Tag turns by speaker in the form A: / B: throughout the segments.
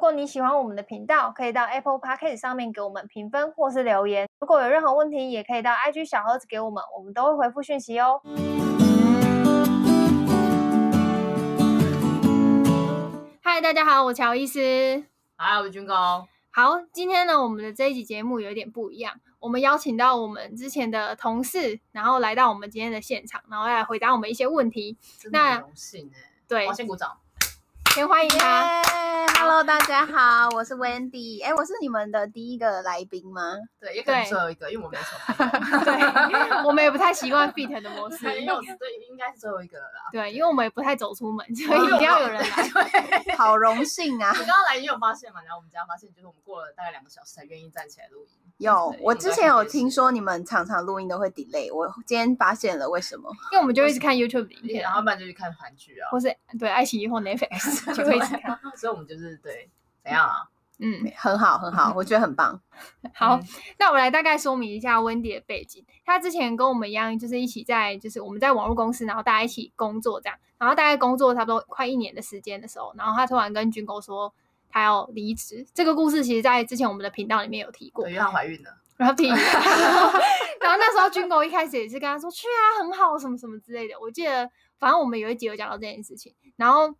A: 果你喜欢我们的频道，可以到 Apple Podcast 上面给我们评分或是留言。如果有任何问题，也可以到 IG 小盒子给我们，我们都会回复讯息哦。嗨，大家好，我乔伊斯。
B: 嗨，我是军高。
A: 好，今天呢，我们的这一集节目有点不一样，我们邀请到我们之前的同事，然后来到我们今天的现场，然后来回答我们一些问题。
B: 真的
A: 那
B: 很荣幸哎，
A: 对
B: 我，先鼓掌。
A: 先欢迎他。
C: Hello，大家好，我是 Wendy。哎，我是你们的第一个来 宾吗？
B: 对，也可能
A: 对
B: 最后一个，因为我没什么朋友。
A: 对， 我们也不太习惯 fit 的模式，
B: 对，因为我对应该是最后一个 了啦。
A: 对，因为我们也不太走出门，所以一定要有人来。
C: 好荣幸啊！
B: 你刚刚来也有发现嘛？然后我们家发现，就是我们过了大概两个小时才愿意站起来录音。
C: 有
B: 对，
C: 我之前有听说你们常常录音都会 delay，我今天发现了为什么。
A: 因为我们就一直看 YouTube 的影片
B: 然
A: 啊，
B: 后不然就去看韩剧啊。
A: 或是对爱奇艺或 Netflix 就会一 直看。
B: 所以我们就是对，怎样啊？
A: 嗯，
C: 很好，很好，我觉得很棒。
A: 好
B: 嗯，
A: 那我来大概说明一下温迪的背景。他之前跟我们一样，就是一起在就是我们在网络公司，然后大家一起工作这样，然后大概工作差不多快一年的时间的时候，然后他突然跟军狗说。他要离职，这个故事其实，在之前我们的频道里面有提过
B: 对，。因为她怀孕了。
A: 然后第一，然后那时候军狗一开始也是跟他说去啊，很好，什么什么之类的。我记得，反正我们有一集有讲到这件事情。然后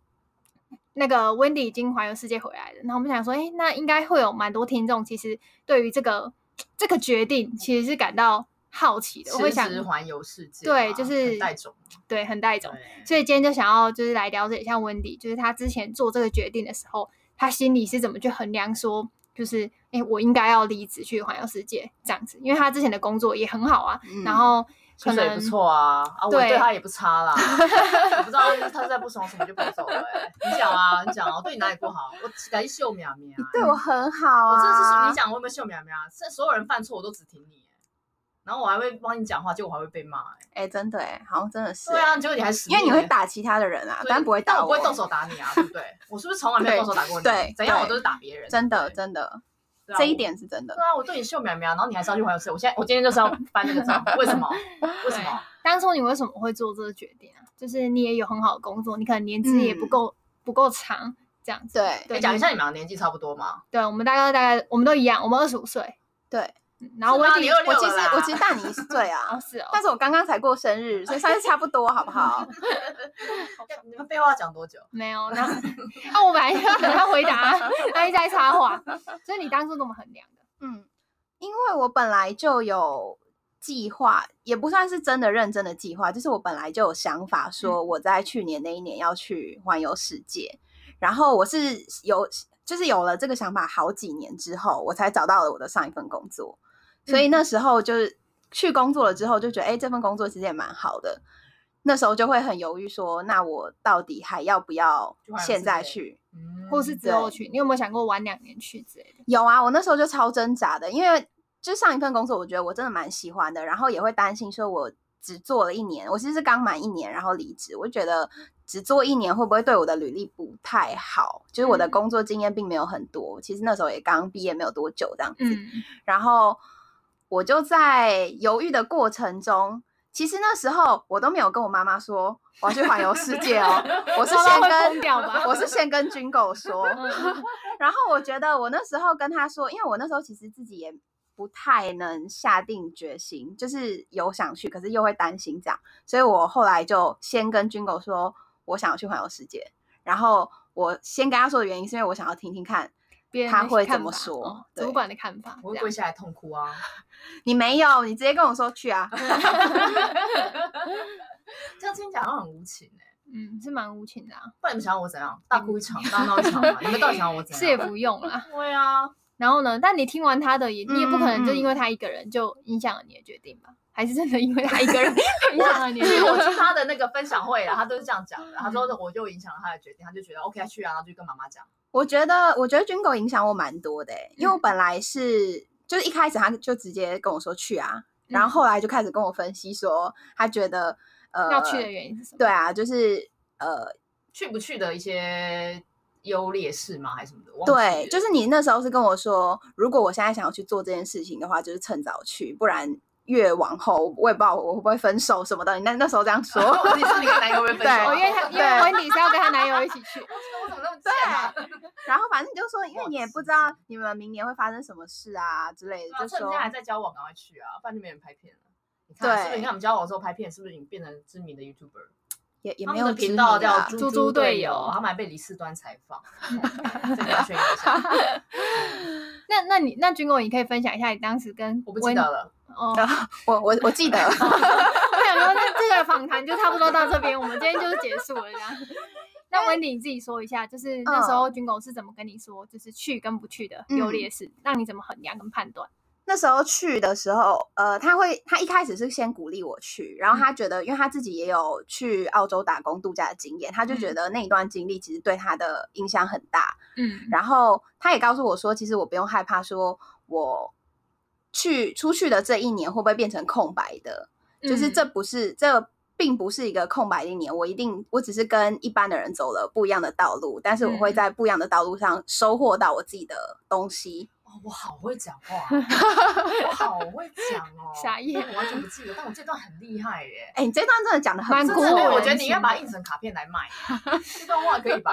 A: 那个 Wendy 已经环游世界回来了，然后我们想说，哎，那应该会有蛮多听众，其实对于这个这个决定其实是感到好奇的。我会想
B: 辞，职环游世界嘛，
A: 对就是
B: 很带种。啊
A: 对，很带种。
B: 对，
A: 所以今天就想要就是来了解一下温迪，就是他之前做这个决定的时候，他心里是怎么去衡量说，就是哎、诶我应该要离职去环游世界这样子，因为他之前的工作也很好啊，
C: 嗯
A: 然后可
B: 薪水也
A: 能
B: 不错啊，啊，我
A: 对
B: 对他也不差啦。我不知道他是在不爽什么就分手了欸。你讲啊，你讲啊，我对你哪里不好？我感谢秀苗苗欸。
C: 对我很好
B: 我真的是
C: 啊，
B: 你讲我有没有秀苗苗啊？这所有人犯错我都只挺你欸，然后我还会帮你讲话，结果我还会被骂欸。
C: 哎，真的哎，好像真的是。
B: 对，啊，结果你还死路
C: 因
B: 欸，
C: 为你会打其他的人啊
B: 对，，
C: 但不会
B: 但
C: 打
B: 我不会动手打你啊，对不对？我是不是从来没有
C: 对
B: 动手打过你？啊
C: 对
B: 怎样
C: 对
B: 我都是打别人。
C: 真的
B: 对
C: 真的，
B: 对啊
C: 这一
B: 我
C: 点是真的
B: 对。啊，我对你秀苗苗，然后你还是要去环游世界。我现在我今天就是要翻这个账，为什么？为什么？
A: 当初你为什么会做这个决定啊？就是你也有很好的工作，你可能年资也不够、不够长这样子。
C: 对
B: 哎，嗯讲一下你们俩年纪差不多吗？
A: 对，我们大概大概我们都一样，我们二十五岁，
C: 对，
A: 嗯然后
B: 是吗
A: 温
B: 你
A: 迪
B: 26
C: 我其实
B: 了啦
C: 我其实大你一岁啊
A: 哦，是哦，
C: 但是我刚刚才过生日，所以算是差不多，好不好？
B: 你们废话讲多久？
A: 没有，那啊，我本来就要等他回答，他一直在插话。所以你当初怎么衡量的？
C: 嗯，因为我本来就有计划，也不算是真的认真的计划，就是我本来就有想法，
B: 嗯
C: 说我在去年那一年要去环游世界。然后我是有，就是有了这个想法好几年之后，我才找到了我的上一份工作。所
B: 嗯
C: 以那时候就是去工作了之后，就觉得哎、诶这份工作其实也蛮好的。那时候就会很犹豫说，那我到底还要不要
B: 去环游
C: 现
B: 世
C: 在
B: 界
C: 去？
B: 嗯
A: 或是之后
C: 对
A: 去，你有没有想过晚两年去之类的？
C: 有啊，我那时候就超挣扎的，因为就上一份工作，我觉得我真的蛮喜欢的，然后也会担心说，我只做了一年，我其实是刚满一年，然后离职，我就觉得只做一年会不会对我的履历不太好？就是我的
A: 嗯
C: 工作经验并没有很多，其实那时候也刚毕业没有多久这样子，
A: 嗯，
C: 然后我就在犹豫的过程中。其实那时候我都没有跟我妈妈说我要去环游世界哦，我是
A: 妈妈会
C: 先
A: 疯
C: 跟
A: 掉吧
C: 我是先跟军狗说，
A: 嗯
C: 然后我觉得我那时候跟他说，因为我那时候其实自己也不太能下定决心，就是有想去，可是又会担心这样，所以我后来就先跟军狗说，我想要去环游世界。然后我先跟他说的原因，是因为我想要听听看
A: 别人
C: 他
A: 的
C: 会
A: 看
C: 怎么
A: 法
C: 说
A: 哦
C: 对
A: 主管的看法，
B: 我会
A: 这
B: 跪
A: 样
B: 下来痛哭啊！
C: 你没有，你直接跟我说去啊。
B: 这样听起来好像很无情哎、
A: 嗯是蛮无情的啊，
B: 不然你们想要我怎样？大哭一场，大闹一场嘛？你们到底想要我
C: 啊
B: 怎样？
A: 是也不用啦。
B: 对啊，
A: 然后呢？但你听完他的也，你也不可能就
C: 嗯嗯
A: 因为他一个人就影响了你的决定吧？还是真的因为他一个人 影响 了你的决
B: 因为我
A: 定？
B: 听他的那个分享会啦，他都是这样讲的。他说
C: 嗯
B: 我就影响了他的决定，他就觉得 OK 他去啊，然后就跟妈妈讲。
C: 我觉得，我觉得军狗影响我蛮多的欸、因
B: 嗯
C: 为我本来是就是一开始他就直接跟我说去啊，然后
B: 嗯
C: 后来就开始跟我分析说，他觉得呃
A: 要去的原因是什么？
C: 对啊，就是呃
B: 去不去的一些优劣势吗？还是什么的？忘记
C: 对，
B: 了
C: 就是你那时候是跟我说，如果我现在想要去做这件事情的话，就是趁早去，不然越往后，我也不知道我会不会分手什么的。你那那时候这 样说，
B: 你说你跟男友会分手？啊
A: 哦，因为他因为温迪是要跟她男友一起去，
B: 我怎么那么贱啊？
C: 然后反正你就说，因为
B: 哇
C: 你也不
B: 是
C: 知道你们明年会发生什么事啊之类
B: 对
C: 的，
B: 啊
C: 就
B: 趁人
C: 说
B: 家还在交往，赶快去啊，不然就没人拍片了。你看啊是不是？
C: 对
B: 你看我们交往之后拍片，是不是已经变成知名的 YouTuber？
C: 也也
B: 他
C: 没
B: 们
C: 有
B: 的
C: 知
B: 频道
C: 名
B: 叫
C: 啊
B: “
A: 猪
B: 猪
A: 猪
B: 猪
A: 队
B: 队
A: 友
B: 友”，他们还被李四端采访， 这个要炫耀一下。
A: 那那你那军狗，你可以分享一下你当时跟
B: 我不记得了，
A: 温哦，
C: 我我我记得，
A: 我想说，那这个访谈就差不多到这边，我们今天就是结束了这样。那嗯温迪你自己说一下，就是那时候军狗是怎么跟你说，就是去跟不去的优劣势，让你怎么衡量跟判断？
C: 那时候去的时候，呃，他会他一开始是先鼓励我去，然后
A: 嗯
C: 他觉得，因为他自己也有去澳洲打工度假的经验，他就觉
A: 嗯
C: 得那一段经历其实对他的影响很大。
A: 嗯
C: 然后他也告诉我说，其实我不用害怕，说我去出去的这一年会不会变成空白的，就是这
A: 嗯
C: 不是这。并不是一个空白的一年，我一定，我只是跟一般的人走了不一样的道路，但是我会
A: 嗯
C: 在不一样的道路上收获到我自己的东西。
B: 哦，我好会讲话，啊我好会讲哦，
A: 傻眼
B: 我完全不记得，但我这段很厉害耶。
C: 哎、你这段真的讲的很
A: 蛮欸
C: 棒
A: 鼓
B: 真的
A: 舞
B: 哎我
A: 人
B: 觉得你应该把它
A: 心
B: 印成卡片来卖，这段话可以吧？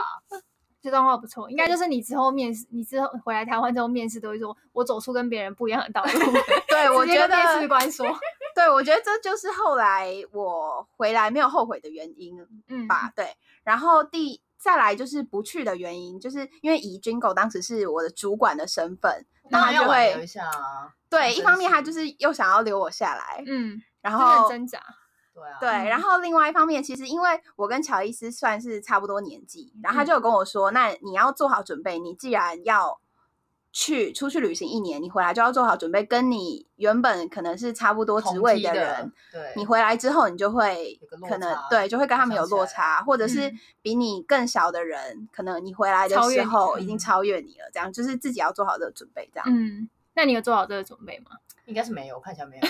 A: 这段话不错，应该就是你之后面试，你之后回来台湾之后面试都会说，我走出跟别人不一样的道路。
C: 对，我
A: 直接
C: 觉
A: 跟
C: 得
A: 面试官说，
C: 对，我觉得这就是后来我回来没有后悔的原因
A: 嗯，
C: 吧。对，然后第再来就是不去的原因，就是因为以军狗当时是我的主管的身份，那
B: 当
C: 他
B: 然要
C: 就
B: 挽留一
C: 会
B: 下啊。
C: 对一
B: 真
C: 方面他
B: 是
C: 就是又想要留我下来，
A: 嗯，
C: 然
A: 真的很
C: 后
A: 挣扎，
B: 对啊，
C: 对，然
A: 嗯
C: 后另外一方面，其实因为我跟乔伊斯算是差不多年纪，然
B: 嗯
C: 后他就有跟我说，那你要做好准备，你既然要去出去旅行一年，你回来就要做好准备，跟你原本可能是差不多
B: 同
C: 职位
B: 梯
C: 的
B: 的
C: 人，，
B: 对，
C: 你回来之后，你就会
B: 有个落
C: 可能
B: 差
C: 对，就会跟他们有
B: 想起
C: 落
B: 来
C: 差，或者是
A: 嗯
C: 比你更小的人，可能你回来的
A: 超越
C: 时
A: 你
C: 候已经
B: 嗯
C: 超越你了，这样就是自己要做好这个准备，这样。
A: 嗯，那你有做好这个准备吗？
B: 应该是没有，我看起来没有。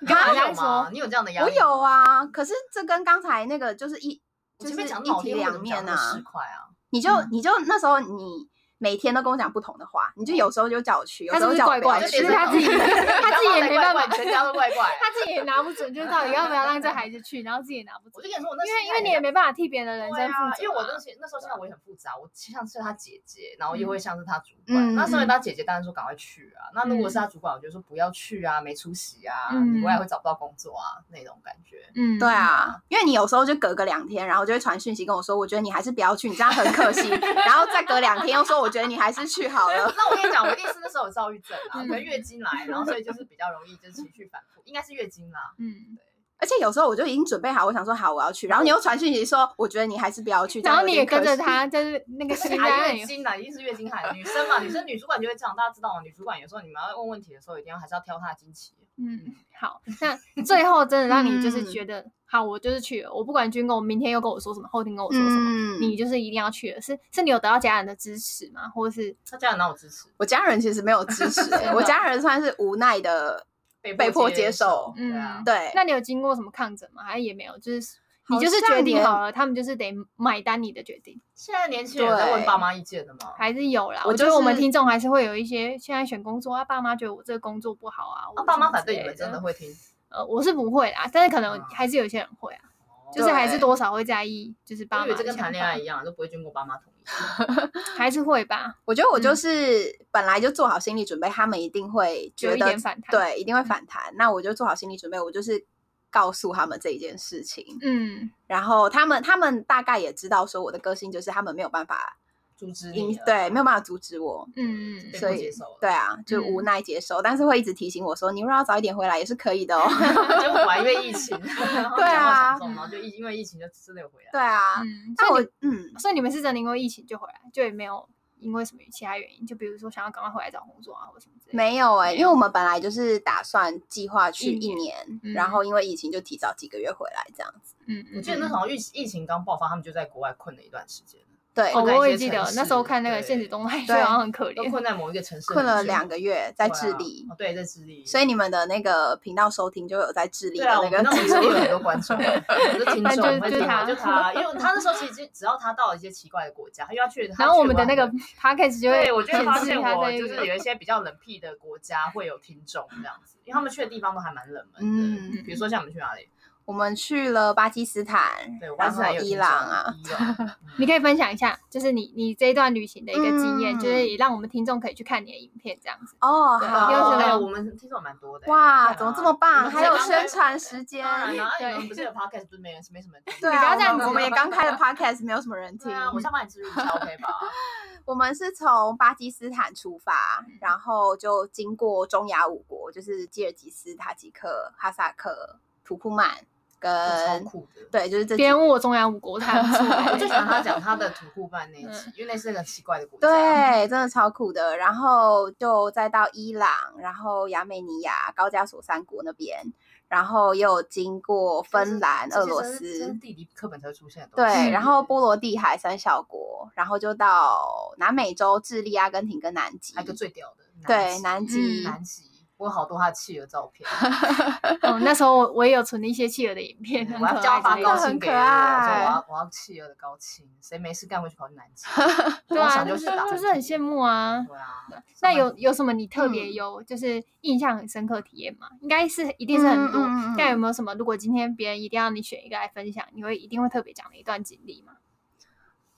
B: 你
A: 干嘛
B: 有
A: 这样说
B: 吗？你有这样的压
C: 我
B: 力？
C: 有。啊，可是这跟刚才那个就是一
B: 我
C: 就
B: 前
C: 是
B: 面讲
C: 一
B: 脑
C: 体
B: 筋，我怎
C: 两
B: 么讲
C: 面
B: 那么
C: 啊
B: 市。侩啊？
C: 你就你就那时候你每天都跟我讲不同的话，你就有时候就叫我去，有
A: 他
C: 时
A: 是不
C: 候
A: 是
C: 叫我
A: 怪
C: 不要
A: 怪
B: 就
A: 的？
B: 是
A: 其
C: 去
A: 实。他 自己，他自己也没办法
B: 怪怪，全家都怪 怪。
A: 他自己也拿不准，就是到底要不要让这孩子去，然后自己也拿不
B: 我
A: 准，
B: 就跟你说，我那
A: 因为
B: 心
A: 因
B: 态
A: 为你
B: 很
A: 也没办法替别人的人
B: 对
A: 生负责
B: 啊
A: 啊，
B: 因为我那时那时候现在我也很复杂，我像是他姐姐，然后又会像是他主
C: 嗯
B: 管。那身为
A: 嗯
B: 他姐姐，当然说赶快去啊。那如果是他主管，我就说不要去啊，没出息啊，
A: 嗯
B: 你未来会找不到工作啊那种感觉。
A: 嗯，
C: 对啊，因为你有时候就隔个两天，然后就会传讯息跟我说，我觉得你还是不要去，你这样很 可惜。然后再隔两天又说，我觉得你还是去好了。
B: 那我跟你讲，我一定是那时候有躁郁症啊，
A: 嗯
B: 可能月经来，然后所以就是比较容易就是情绪反复，应该是月经 啦。
A: 嗯，
C: 而且有时候我就已经准备好，我想说好我要去，然后你又传讯息说，我觉得你还是不要去，这
A: 然
C: 样
A: 后
C: 有
A: 你也
C: 点可
A: 跟着
C: 惜。
A: 他，就是那个
B: 不是
A: 心
B: 啊，
A: 在
B: 月
A: 里，
B: 经啦，一定是月经来。女生嘛，女生女主管就会这样，大家知道哦吗？女主管有时候你们要问问题的时候，一定要还是要挑她的经期。
A: 嗯，好，那最后真的让你就是
C: 嗯
A: 觉得，好，我就是去了，我不管军工，明天又跟我说什么，后天跟我说什么，
C: 嗯，
A: 你就是一定要去了，是是你有得到家人的支持吗？或者是
B: 她家人哪有支持？
C: 我家人其实没有支持、欸，
B: 的
C: 我家人算是无奈的，被
B: 被
C: 迫
B: 迫
C: 接
B: 受。
C: 受
B: 对啊
A: 嗯，
C: 对，
A: 那你有经过什么抗争吗？还是也没有，就是。你
C: 好
A: 就是决
C: 像
A: 定
C: 也
A: 好了，他们就是得买单你的决定，
B: 现在年轻人有在问爸妈意见的吗？
A: 还是有啦。
C: 我
A: 我觉得我们
C: 就是
A: 听众还是会有一些现在选工作啊，爸妈觉得我这个工作不好啊，我
B: 啊，爸
A: 什么
B: 妈反
A: 之
B: 对你
A: 类
B: 们真的会听，
A: 呃，我是不会啦，但是可能
B: 嗯
A: 还是有些人会啊，就是还是
C: 对
A: 多少会在意，就是爸
B: 我
A: 妈
B: 以为这
A: 的
B: 跟
A: 想
B: 谈恋爱
A: 法
B: 一样，都不会经过爸妈同意。
A: 还是会吧，
C: 我觉得我就
A: 嗯
C: 是本来就做好心理准备，他们一定会
A: 有
C: 觉
A: 一
C: 得
A: 点反弹。，嗯
C: 对，一定会反弹。那我就做好心理准备，我就是告诉他们这一件事情，
A: 嗯，
C: 然后他们他们大概也知道说我的个性就是他们没有办法
B: 阻止
C: 影
B: 你了
C: 对没有办法阻止我，
A: 嗯
B: 被
C: 所
B: 迫
C: 以
B: 接受了。
C: 对啊，就无
A: 嗯
C: 奈接受，但是会一直提醒我说，你如果要早一点回来也是可以的哦。
B: 结果还因为疫情，然后
C: 对
B: 讲话
C: 啊
B: 想中，然后就疫因为疫情就真的有回来。
C: 对啊，
A: 嗯，
C: 那
A: 所
C: 我
A: 以
C: 嗯
A: 你，所以你们是真的因为疫情就回来，就也没有因为什么其他原因，就比如说想要赶快回来找工作啊，或什么之类的。
C: 没有哎、因为我们本来就是打算计划去
A: 一
C: 一
A: 年
C: 年，
A: 嗯
C: 然后因为疫情就提早几个月回来这样子。
A: 嗯，嗯
B: 我记得那时候疫疫情刚爆发，他们就在国外困了一段时间。
C: 对，
A: 哦，
B: 困在
A: 我
B: 一
A: 也
B: 些
A: 记
B: 城
A: 得那时候
B: 市
A: 看那个现
B: 对
A: 实动态，就
C: 对
A: 好像很可
B: 都
A: 怜。
B: 困在某一个城市很久，
C: 困了两个月在智
B: 对啊
C: 利，
B: 哦对，在智利，
C: 所以你们的那个频道收听就有在智利
B: 对
C: 的
B: 啊，我们
C: 那个
B: 那我们
C: 记
B: 这里有
C: 录。
B: 很多观众，啊我的听
A: 反正
B: 众
A: 就
B: 会
A: 是
B: 听
A: 他
B: 就他，因为他那时候其实只要他到了一些奇怪的国家，他因为他去，他
A: 然后
B: 去
A: 我们的
B: 玩
A: 那个
B: 过
A: podcast 就
B: 对，
A: 会
B: 我就会发
A: 显示
B: 现
A: 他
B: 我
A: 在
B: 就是有一些比较冷僻的国家会有听众这样子，因为他们去的地方都还蛮冷门的。
C: 嗯，
B: 比如说像我们去哪里？
C: 我们去了巴基斯坦
B: 对，，
C: 然
B: 巴基斯
C: 后
B: 坦有
C: 伊
B: 听
C: 朗
B: 众
C: 啊，，
B: 伊朗
A: 你可以分享一下，就是你你这一段旅行的一个经验，
C: 嗯
A: 就是也让我们听众可以去看你的影片这样子。
C: 哦，
B: 对
C: 好，
A: 有什么
B: 哎我们听众蛮多的欸。
C: 哇，
B: 对啊
C: 怎么这么
B: 我
C: 棒？
B: 们
C: 还
B: 这
C: 有
B: 刚开
C: 宣传时间
B: 当。然啦，哎
A: 对
B: 你们不是有 podcast，不是没人没什么人听。
C: 对
A: 你不要
C: 啊，
A: 这样
C: 我们
A: 子
C: 我们也刚开了 podcast，没有什么人听
B: 对。啊，我先帮你植入一下 OK 吧？
C: 我们是从巴基斯坦出发，
B: 嗯
C: 然后就经过中亚五国，就是吉尔吉斯、塔吉克、哈萨克、土库曼
B: 超
C: 跟
B: 酷的。
C: 对，就是这几
A: 别人问我中央五国，他很出
B: 我
A: 来
B: 最喜欢他讲他的土库曼那一集，因为那是个奇怪的国家。嗯
C: 对，真的超酷的。然后就再到伊朗，然后亚美尼亚、高加索三国那边，然后又有经过芬兰、
B: 这
C: 俄
B: 些
C: 罗
B: 真是真是
C: 斯，
B: 地理课本才会出现的东西。
C: 对，然后波罗的海三小国，然后就到南美洲、智利、阿根廷跟南极
B: 还。有一个最屌的，
C: 对，
B: 南
C: 南
B: 极
C: 极。
A: 嗯
B: 南极，我有好多他的企鹅照 片，
A: 嗯，那时候我我也有存了一些企鹅的影片，很
B: 嗯
A: 可
B: 我要叫他发
A: 爱之类
B: 高
A: 的。
B: 清给我，我
C: 很可爱
B: 说我要我要企鹅的高清，谁没事干会去跑去 南极？
A: 对
B: 光
A: 啊，
B: 想
A: 就
B: 就是打
A: 就
B: 喷
A: 是很
B: 嚏
A: 羡慕啊。
B: 对啊，
A: 那
B: 上班
A: 有有什么你特别
C: 嗯
A: 有就是印象很深刻体验吗？应该是一定是很多
C: 嗯嗯嗯嗯，
A: 但有没有什么？如果今天别人一定要你选一个来分享，你会一定会特别讲的一段经历吗？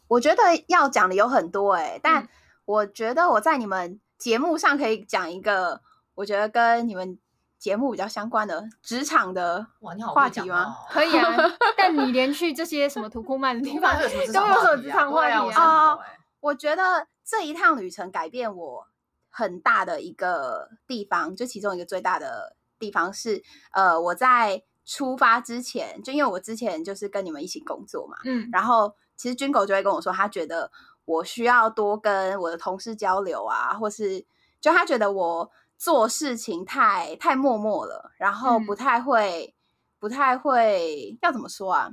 C: 我觉得要讲的有很多哎、但
A: 嗯
C: 我觉得我在你们节目上可以讲一个，我觉得跟你们节目比较相关的职场的
B: 哇，你好
C: 话
B: 会讲
C: 题吗
B: 哦？
A: 可以啊，但你连去这些什么土库曼的地
B: 你
A: 方
B: 反正有什么职
A: 都
B: 场
A: 有
B: 话
A: 所
B: 题
A: 职
B: 啊
A: 场话
B: 对啊
A: 题
B: 我
C: 啊
B: 想不
C: 哦
B: 懂欸
C: 我觉得这一趟旅程改变我很大的一个地方，就其中一个最大的地方是，呃，我在出发之前，就因为我之前就是跟你们一起工作嘛，
A: 嗯，
C: 然后其实军狗就会跟我说，他觉得我需要多跟我的同事交流啊，或是就他觉得我做事情太太默默了，然后不
A: 嗯
C: 太会，不太会要怎么说啊？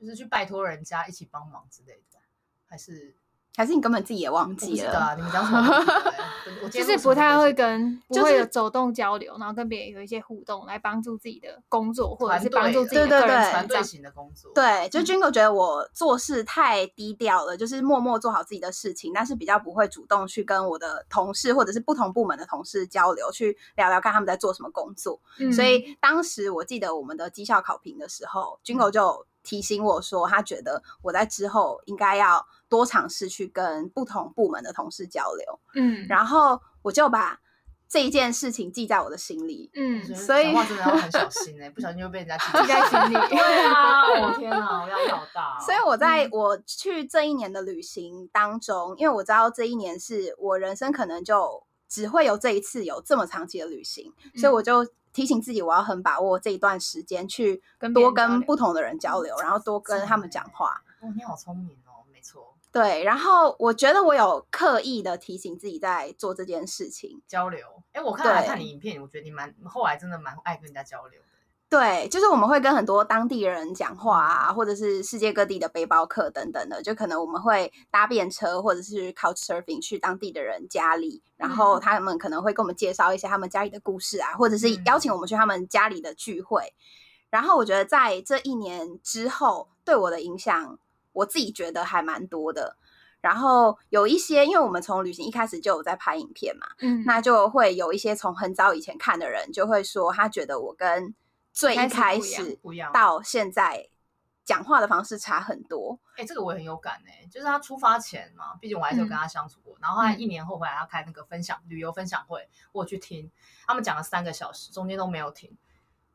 B: 就是去拜托人家一起帮忙之类的，还是
C: 还是你根本自己也忘
B: 我不
C: 记
B: 知
C: 了？
B: 道啊？你们讲什么我不知道欸？我我今 天
A: 就是
B: 录什
A: 不
B: 么
A: 太
B: 东
A: 会
B: 西
A: 跟不
C: 就
A: 会
C: 是
A: 有走动交流，然后跟别人有一些互动，来帮助自己的工作，或者
B: 团
A: 是
B: 队
A: 帮助
B: 的
A: 自己的
C: 对
A: 个人
C: 对
A: 成
B: 团队
A: 长。
B: 型的工作，
C: 对，
B: 嗯
C: 就军狗觉得我做事太低调了，就是默默做好自己的事情，但是比较不会主动去跟我的同事或者是不同部门的同事交流，去聊聊看他们在做什么工作。
A: 嗯嗯
C: 所以当时我记得我们的绩效考评的时候，军狗就提醒我说，他觉得我在之后应该要多尝试去跟不同部门的同事交流，
A: 嗯
C: 然后我就把这一件事情记在我的心里。
B: 我觉
A: 嗯，
B: 得
C: 所
B: 讲
C: 以
B: 话真的要很小心 哎，不小心就被人家记
A: 记在心里
B: 对啊，我天啊， 我压力好大哦。
C: 所以我在
A: 嗯
C: 我去这一年的旅行当中，因为我知道这一年是我人生可能就只会有这一次有这么长期的旅行，所以
A: 嗯
C: 我就提醒自己，我要很把握这一段时间去
A: 跟别
C: 多
A: 人交
C: 跟
A: 流嗯
C: 不同的人交流，然后多跟他们讲话。
B: 哦，你好聪明哦，没错，
C: 对，然后我觉得我有刻意的提醒自己在做这件事情。
B: 交流。哎，我看来
C: 对
B: 看你影片，我觉得你蛮后来真的蛮爱跟人家交流的。
C: 对，就是我们会跟很多当地人讲话啊，或者是世界各地的背包客等等的，就可能我们会搭便车或者是 couch surfing 去当地的人家里，然
A: 嗯
C: 后他们可能会跟我们介绍一些他们家里的故事啊，或者是
B: 嗯
C: 邀请我们去他们家里的聚会。然后我觉得在这一年之后，对我的影响，我自己觉得还蛮多的。然后有一些，因为我们从旅行一开始就有在拍影片嘛，
A: 嗯
C: 那就会有一些从很早以前看的人就会说，他觉得我跟最一开
A: 开始
C: 始
B: 不一样
C: 到现在讲话的方式差很多。
B: 哎，这个我也很有感哎，就是他出发前嘛，毕竟我还是有
A: 嗯
B: 跟他相处过。然后他一年后回来，他开那个分享旅游分享会，我有去听，他们讲了三个小时，中间都没有停。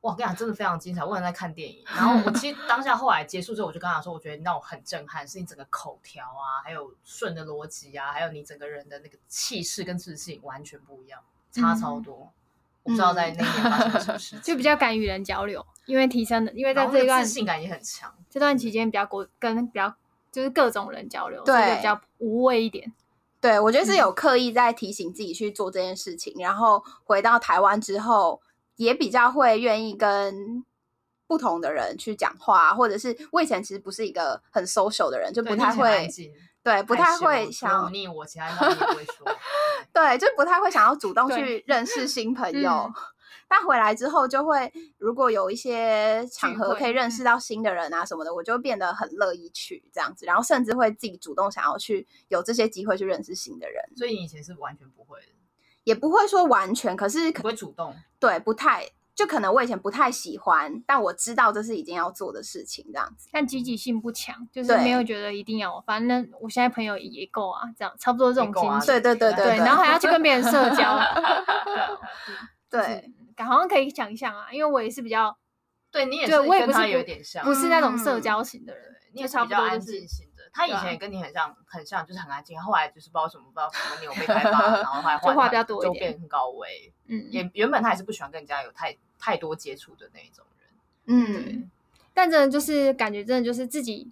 B: 哇，我跟你讲，真的非常精彩。我很在看电影，然后我其实当下后来结束之后，我就跟他说，我觉得你让我很震撼，是你整个口条啊，还有顺的逻辑啊，还有你整个人的那个气势跟自信完全不一样，差超多。我不知道在那一年发生了什么事情，
A: 嗯 就比较敢与人交流，因为提升的，因为在
B: 然后那
A: 这
B: 个
A: 段
B: 自信感也很强。
A: 这段期间比较国跟比较就是各种人交流，所以就
C: 对
A: 比较无畏一点。
C: 对我觉得是
A: 嗯
C: 有刻意在提醒自己去做这件事情，然后回到台湾之后，也比较会愿意跟。不同的人去讲话，或者是我以前其实不是一个很 social 的人，就
B: 对
C: 不
B: 你以
C: 太
B: 前很安
C: 会
B: 静
C: 对，不太
B: 闲了
C: 会
B: 我
C: 想
B: 除了忤逆我，其他地方你也不会说。 对
C: 对，就不太会想要主动
A: 对
C: 去认识新朋友
A: 嗯。
C: 但回来之后，就会如果有一些场
A: 聚
C: 合可以
A: 会嗯
C: 认识到新的人啊什么的，我就变得很乐意去这样子，然后甚至会自己主动想要去有这些机会去认识新的人，
B: 所以你以前是完全不会的，
C: 也不会说完全，可是
B: 你
C: 可
B: 不会主动。
C: 对不太就可能我以前不太喜欢，但我知道这是一定要做的事情，这样子。
A: 但积极性不强，就是没有觉得一定要，反正我现在朋友也够啊，这样差不多这种
B: 也够啊
A: 心情。
C: 对对对
B: 对
A: 对，
C: 对，
A: 然后还要去跟别人社交，
C: 对，
A: 就是，好像可以想象啊，因为我也是比较
B: 对你也是
A: 对我也
B: 跟
A: 不是
B: 他有
A: 不
B: 点像，
A: 不是那种社
C: 嗯
A: 交型的人，
B: 你
A: 就
B: 也是
A: 差
B: 比
A: 不
B: 较
A: 多
B: 安
A: 就是
B: 静型的。他以
A: 对啊
B: 前也跟你很像，很像，就是很安静。后来就是不知道什么，不知道什么纽被开 发，然后后来
A: 就话比较多一
B: 就
A: 点
B: 变很高危。
A: 嗯，
B: 也原本他也是不喜欢跟人家有太太多接触的那一种人。
C: 嗯，
A: 但真的就是感觉真的就是自己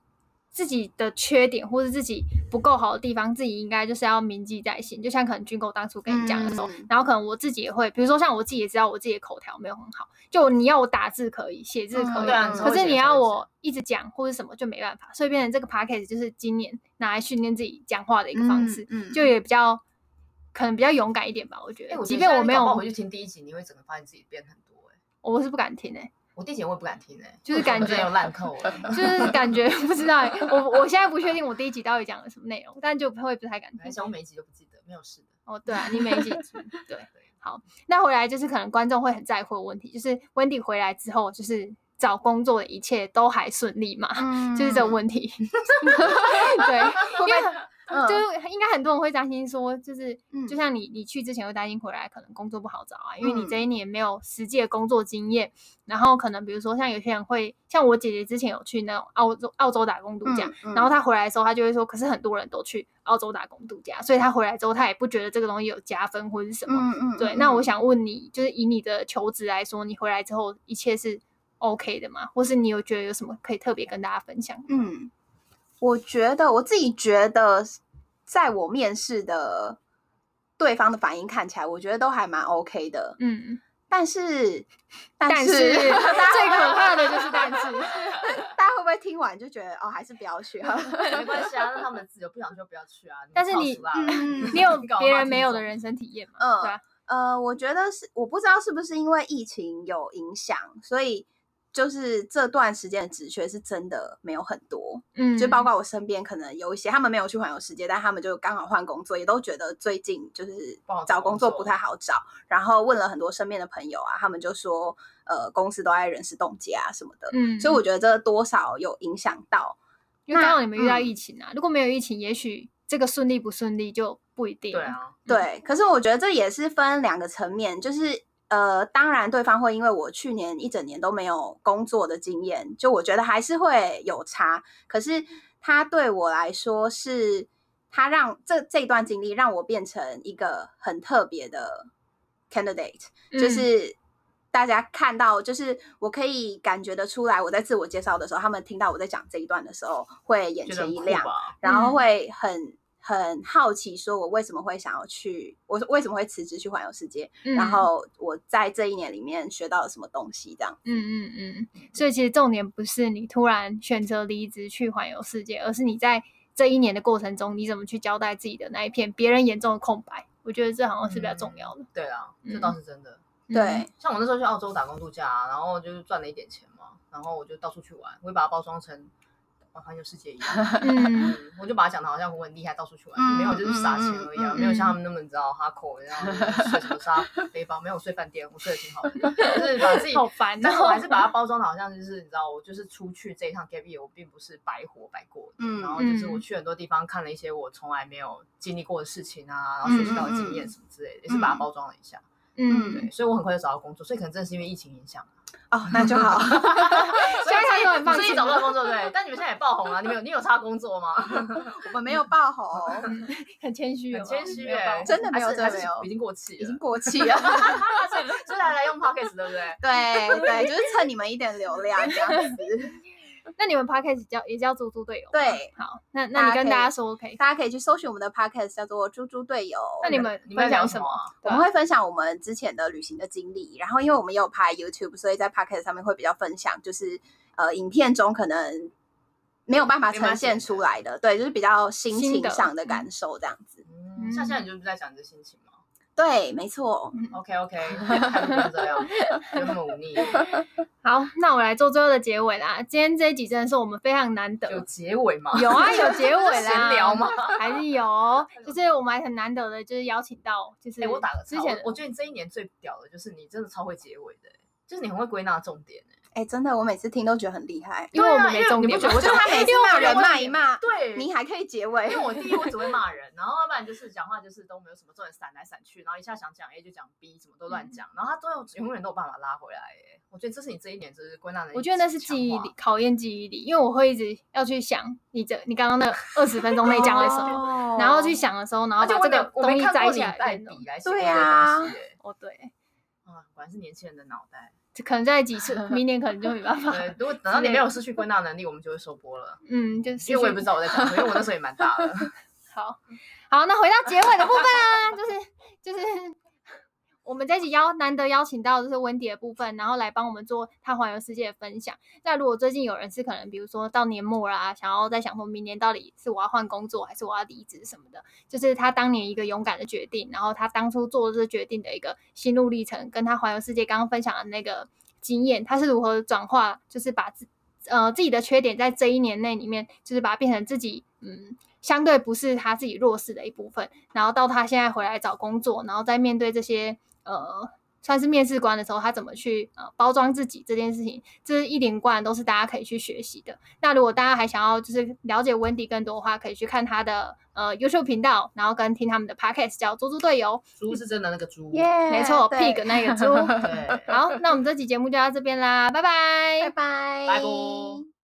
A: 自己的缺点或者自己不够好的地方，自己应该就是要铭记在心。就像可能军购当初跟你讲的时候，
C: 嗯
A: 然后可能我自己也会，比如说像我自己也知道我自己的口条没有很好，就你要我打字可以，写字可
C: 嗯
A: 以，
C: 对啊你
A: 可
B: 会写
A: 是你
B: 才
A: 要
B: 会
A: 我一直讲或者什么就没办法，所以变成这个 podcast 就是今年拿来训练自己讲话的一个方式，
C: 嗯嗯
A: 就也比较可能比较勇敢一点吧，我觉
B: 哎
A: 得。
B: 我
A: 即
B: 觉得
A: 便
B: 现在
A: 我没
B: 搞
A: 有
B: 不好，回去听第一集，你会整个发现自己变很多。哎，
A: 我是不敢听诶、
B: 我第一集我也不敢听哎，
A: 就是
B: 我觉得
A: 感
B: 我真的
A: 觉
B: 有烂透 哎。
A: 就是感觉不知道欸，我我现在不确定我第一集到底讲了什么内容，但就会不太敢
B: 没
A: 听。
B: 想我每一集都不记得，没有事的。
A: 哦，对啊，你每一集听对，好，那回来就是可能观众会很在乎的问题，就是 Wendy 回来之后，就是找工作的一切都还顺利吗？
C: 嗯
A: 就是这个问题，对，
C: 会
A: 因为
C: 嗯
A: 就是应该很多人会担心说，就是、
C: 嗯
A: 就像你你去之前会担心回来可能工作不好找啊，因为你
C: 嗯
A: 这一年没有实际的工作经验，然后可能比如说像有些人会，像我姐姐之前有去那种澳洲澳洲打工度假，
C: 嗯嗯
A: 然后她回来的时候，她就会说，可是很多人都去澳洲打工度假，所以她回来之后，她也不觉得这个东西有加分或是什么。
C: 嗯嗯，
A: 对，
C: 嗯
A: 那我
C: 嗯
A: 想问你，就是以你的求职来说，你回来之后一切是 OK 的吗？或是你有觉得有什么可以特别跟大家分享？
C: 嗯，我觉得我自己觉得，在我面试的对方的反应看起来，我觉得都还蛮 OK 的。
A: 嗯。
C: 但是，
A: 但
C: 但
A: 是 最
C: 大
A: 可怕的就是但是，
C: 家会不会听完就觉得哦，还是不要去好了？
B: 没关系啊，那他们的自由，不想就不要去啊。
A: 但是
B: 超
A: 你
B: 俗辣的
C: 嗯
A: 你有
B: 你搞
A: 别
B: 嘛
A: 人
B: 听
A: 没有的
B: 众
A: 人生体验嘛？
C: 嗯
A: 对啊，
C: 呃，我觉得是，我不知道是不是因为疫情有影响，所以就是这段时间的职缺是真的没有很多。
A: 嗯，
C: 就包括我身边可能有一些他们没有去环游世界，但他们就刚好换工作，也都觉得最近就是
B: 不好找
C: 找工
B: 工作
C: 作不太好找。然后问了很多身边的朋友啊，他们就说，呃，公司都在人事冻结啊什么的。
A: 嗯，
C: 所以我觉得这多少有影响到，
A: 因为刚
C: 那
A: 好你们遇到
C: 嗯
A: 疫情啊，如果没有疫情，也许这个顺利不顺利就不一定。
B: 对，啊，
C: 对。可是我觉得这也是分两个层面，就是呃，当然对方会因为我去年一整年都没有工作的经验，就我觉得还是会有差。可是他对我来说是，他让这这一段经历让我变成一个很特别的 candidate，、
A: 嗯
C: 就是大家看到，就是我可以感觉得出来，我在自我介绍的时候，他们听到我在讲这一段的时候，会眼
B: 觉得
C: 前
B: 很
C: 一
B: 酷
C: 亮，
B: 吧。
C: 然后
A: 嗯
C: 会很。很好奇，说我为什么会想要去，我为什么会辞职去环游世界？
A: 嗯
C: 然后我在这一年里面学到了什么东西？这样，
A: 嗯嗯嗯嗯，所以其实重点不是你突然选择离职去环游世界，而是你在这一年的过程中，你怎么去交代自己的那一片别人眼中的空白。我觉得这好像是比较重要的。
B: 对啊，这
A: 嗯
B: 倒是真的。
C: 嗯对，
B: 像我那时候去澳洲打工度假、啊，然后就是赚了一点钱嘛，然后我就到处去玩，我也把它包装成哇环游世界一样。
A: 嗯，嗯，
B: 嗯我就把它讲的好像我很厉害，到处去玩，
C: 嗯
B: 没有就是撒钱而已啊，
C: 嗯嗯嗯
B: 没有像他们那么你知道哈口，然后睡什么沙 背包，没有我睡饭店，我睡得挺好的，就是把自己
A: 好烦
B: 但是我还
A: 哦。
B: 是把它包装的好像就是你知道，我就是出去这一趟 gap year，我并不是白活白过的。
C: 嗯
B: 然后就是我
A: 嗯
B: 去很多地方看了一些我从来没有经历过的事情啊，然后学习到的经验什么之类的，也是把它包装了一下。
A: 嗯，
B: 对，所以我很快就找到工作，所以可能真的是因为疫情影响。啊
C: 哦，那 就好。
A: 现在才有很棒
B: 所以找不到工作对，但你们现在也爆红啊了，你们有你有差工作吗？
C: 我们没有 爆红，
A: 很谦虚哦，
B: 很谦虚
A: 没有办
B: 哎
A: 法，
C: 真的没有
B: 还是
C: 真的
B: 还是
C: 没有
B: 已经过气了，啊
C: 已经过气了。
B: 所以所以才来用 podcast 对不对？
C: 对对，就是蹭你们一点流量这 样子。
A: 那你们 podcast 叫也叫猪猪队友吗？
C: 对
A: 好，那那
C: 大
A: 你
C: 家
A: 跟
C: 可以
A: 大家说 OK。
C: 大家可以去搜寻我们的 podcast，叫做“猪猪队友”。
A: 那你们
B: 你们
A: 分
B: 聊
A: 享
B: 什
A: 什
B: 么
A: 么
B: 啊？
C: 我们会分享我们之前的旅行的经历，然后因为我们也有拍 YouTube，所以在 podcast 上面会比较分享，就是呃，影片中可能没有办法
B: 没办法
C: 呈现
B: 写
C: 出来的，对，就是比较心
A: 心
C: 情
A: 得
C: 上的
A: 嗯
C: 感受这样子。
B: 嗯，像现在你就是在讲你的心情嘛。
C: 对，没错，
B: OK OK，他 们不能这样，不要那么忤逆。
A: 好，那我来做最后的结尾啦。今天这一集真的是我们非常难得，
B: 有结尾吗？
A: 有啊，有结尾 啦，
B: 闲聊吗？
A: 还是 有，就是我们还很难得的，就是邀请到，就是、
B: 哎、我打个
A: 之
B: 岔
A: 前
B: 我我觉得你这一年最屌的就是你真的超会结尾的、就是你很会归纳重点、欸。
C: 哎，真的，我每次听都觉得很厉害，
A: 因为我们没重
B: 对啊因为你不觉
A: 点嘛，
B: 得我
C: 就是他每次骂人骂一骂，
B: 对，
C: 你还可以结
B: 因
C: 尾
B: 为。我第一我只会骂人，然后要不然就是讲话就是都没有什么重点，闪来闪去，然后一下想讲 A 就讲 B，什么都
A: 嗯
B: 乱讲，然后他都有永远都有办法拉回来、欸。我觉得这是你这一年就是归纳能力
A: 我觉得那是
B: 强
A: 记忆
B: 化
A: 力，考验记忆力，因为我会一直要去想你这你刚刚那二十分钟内讲了什么，
C: 么
A: 然后去，想的时候，然
B: 哦
A: 后
B: 而且
A: 把
B: 我
A: 这
B: 没
A: 个
B: 有我
A: 东
B: 没
A: 西
B: 看
A: 摘
B: 过
A: 起
B: 你
A: 来
B: 带
A: 变成。
B: 笔来写
C: 对
B: 这个
C: 啊
B: 东西欸
A: 哦，对，
B: 啊，果然是年轻人的脑 袋。
A: 这可能再几次，明年可能就没办法。
B: 对，如果等到你没有失去归纳能力，我们就会收播了。
A: 嗯，就是
B: 因为我也不知道我在讲什么，因为我那时候也蛮大 的。
A: 好， 好，那回到结尾的部分啦，就是就是 我们这一集邀难得邀请到就是温迪的部分，然后来帮我们做他环游世界的分享。那如果最近有人是可能比如说到年末啦，想要在想说明年到底是我要换工作还是我要离职什么的，就是他当年一个勇敢的决定，然后他当初做这决定的一个心路历程，跟他环游世界刚刚分享的那个经验，他是如何转化，就是把自呃自己的缺点在这一年内里面，就是把它变成自己嗯相对不是他自己弱势的一部分，然后到他现在回来找工作，然后再面对这些呃算是面试官的时候，他怎么去呃包装自己这件事情，这是一连贯都是大家可以去学习的。那如果大家还想要就是了解温迪更多的话，可以去看他的呃优秀频道，然后跟听他们的 podcast 叫猪猪队友，
B: 猪是真的那个猪，
C: 耶，
A: 没错
C: 对
A: ，pig 那个猪。
B: 对。
A: 好，那我们这期节目就到这边啦，拜拜，
C: 拜拜，
B: 拜拜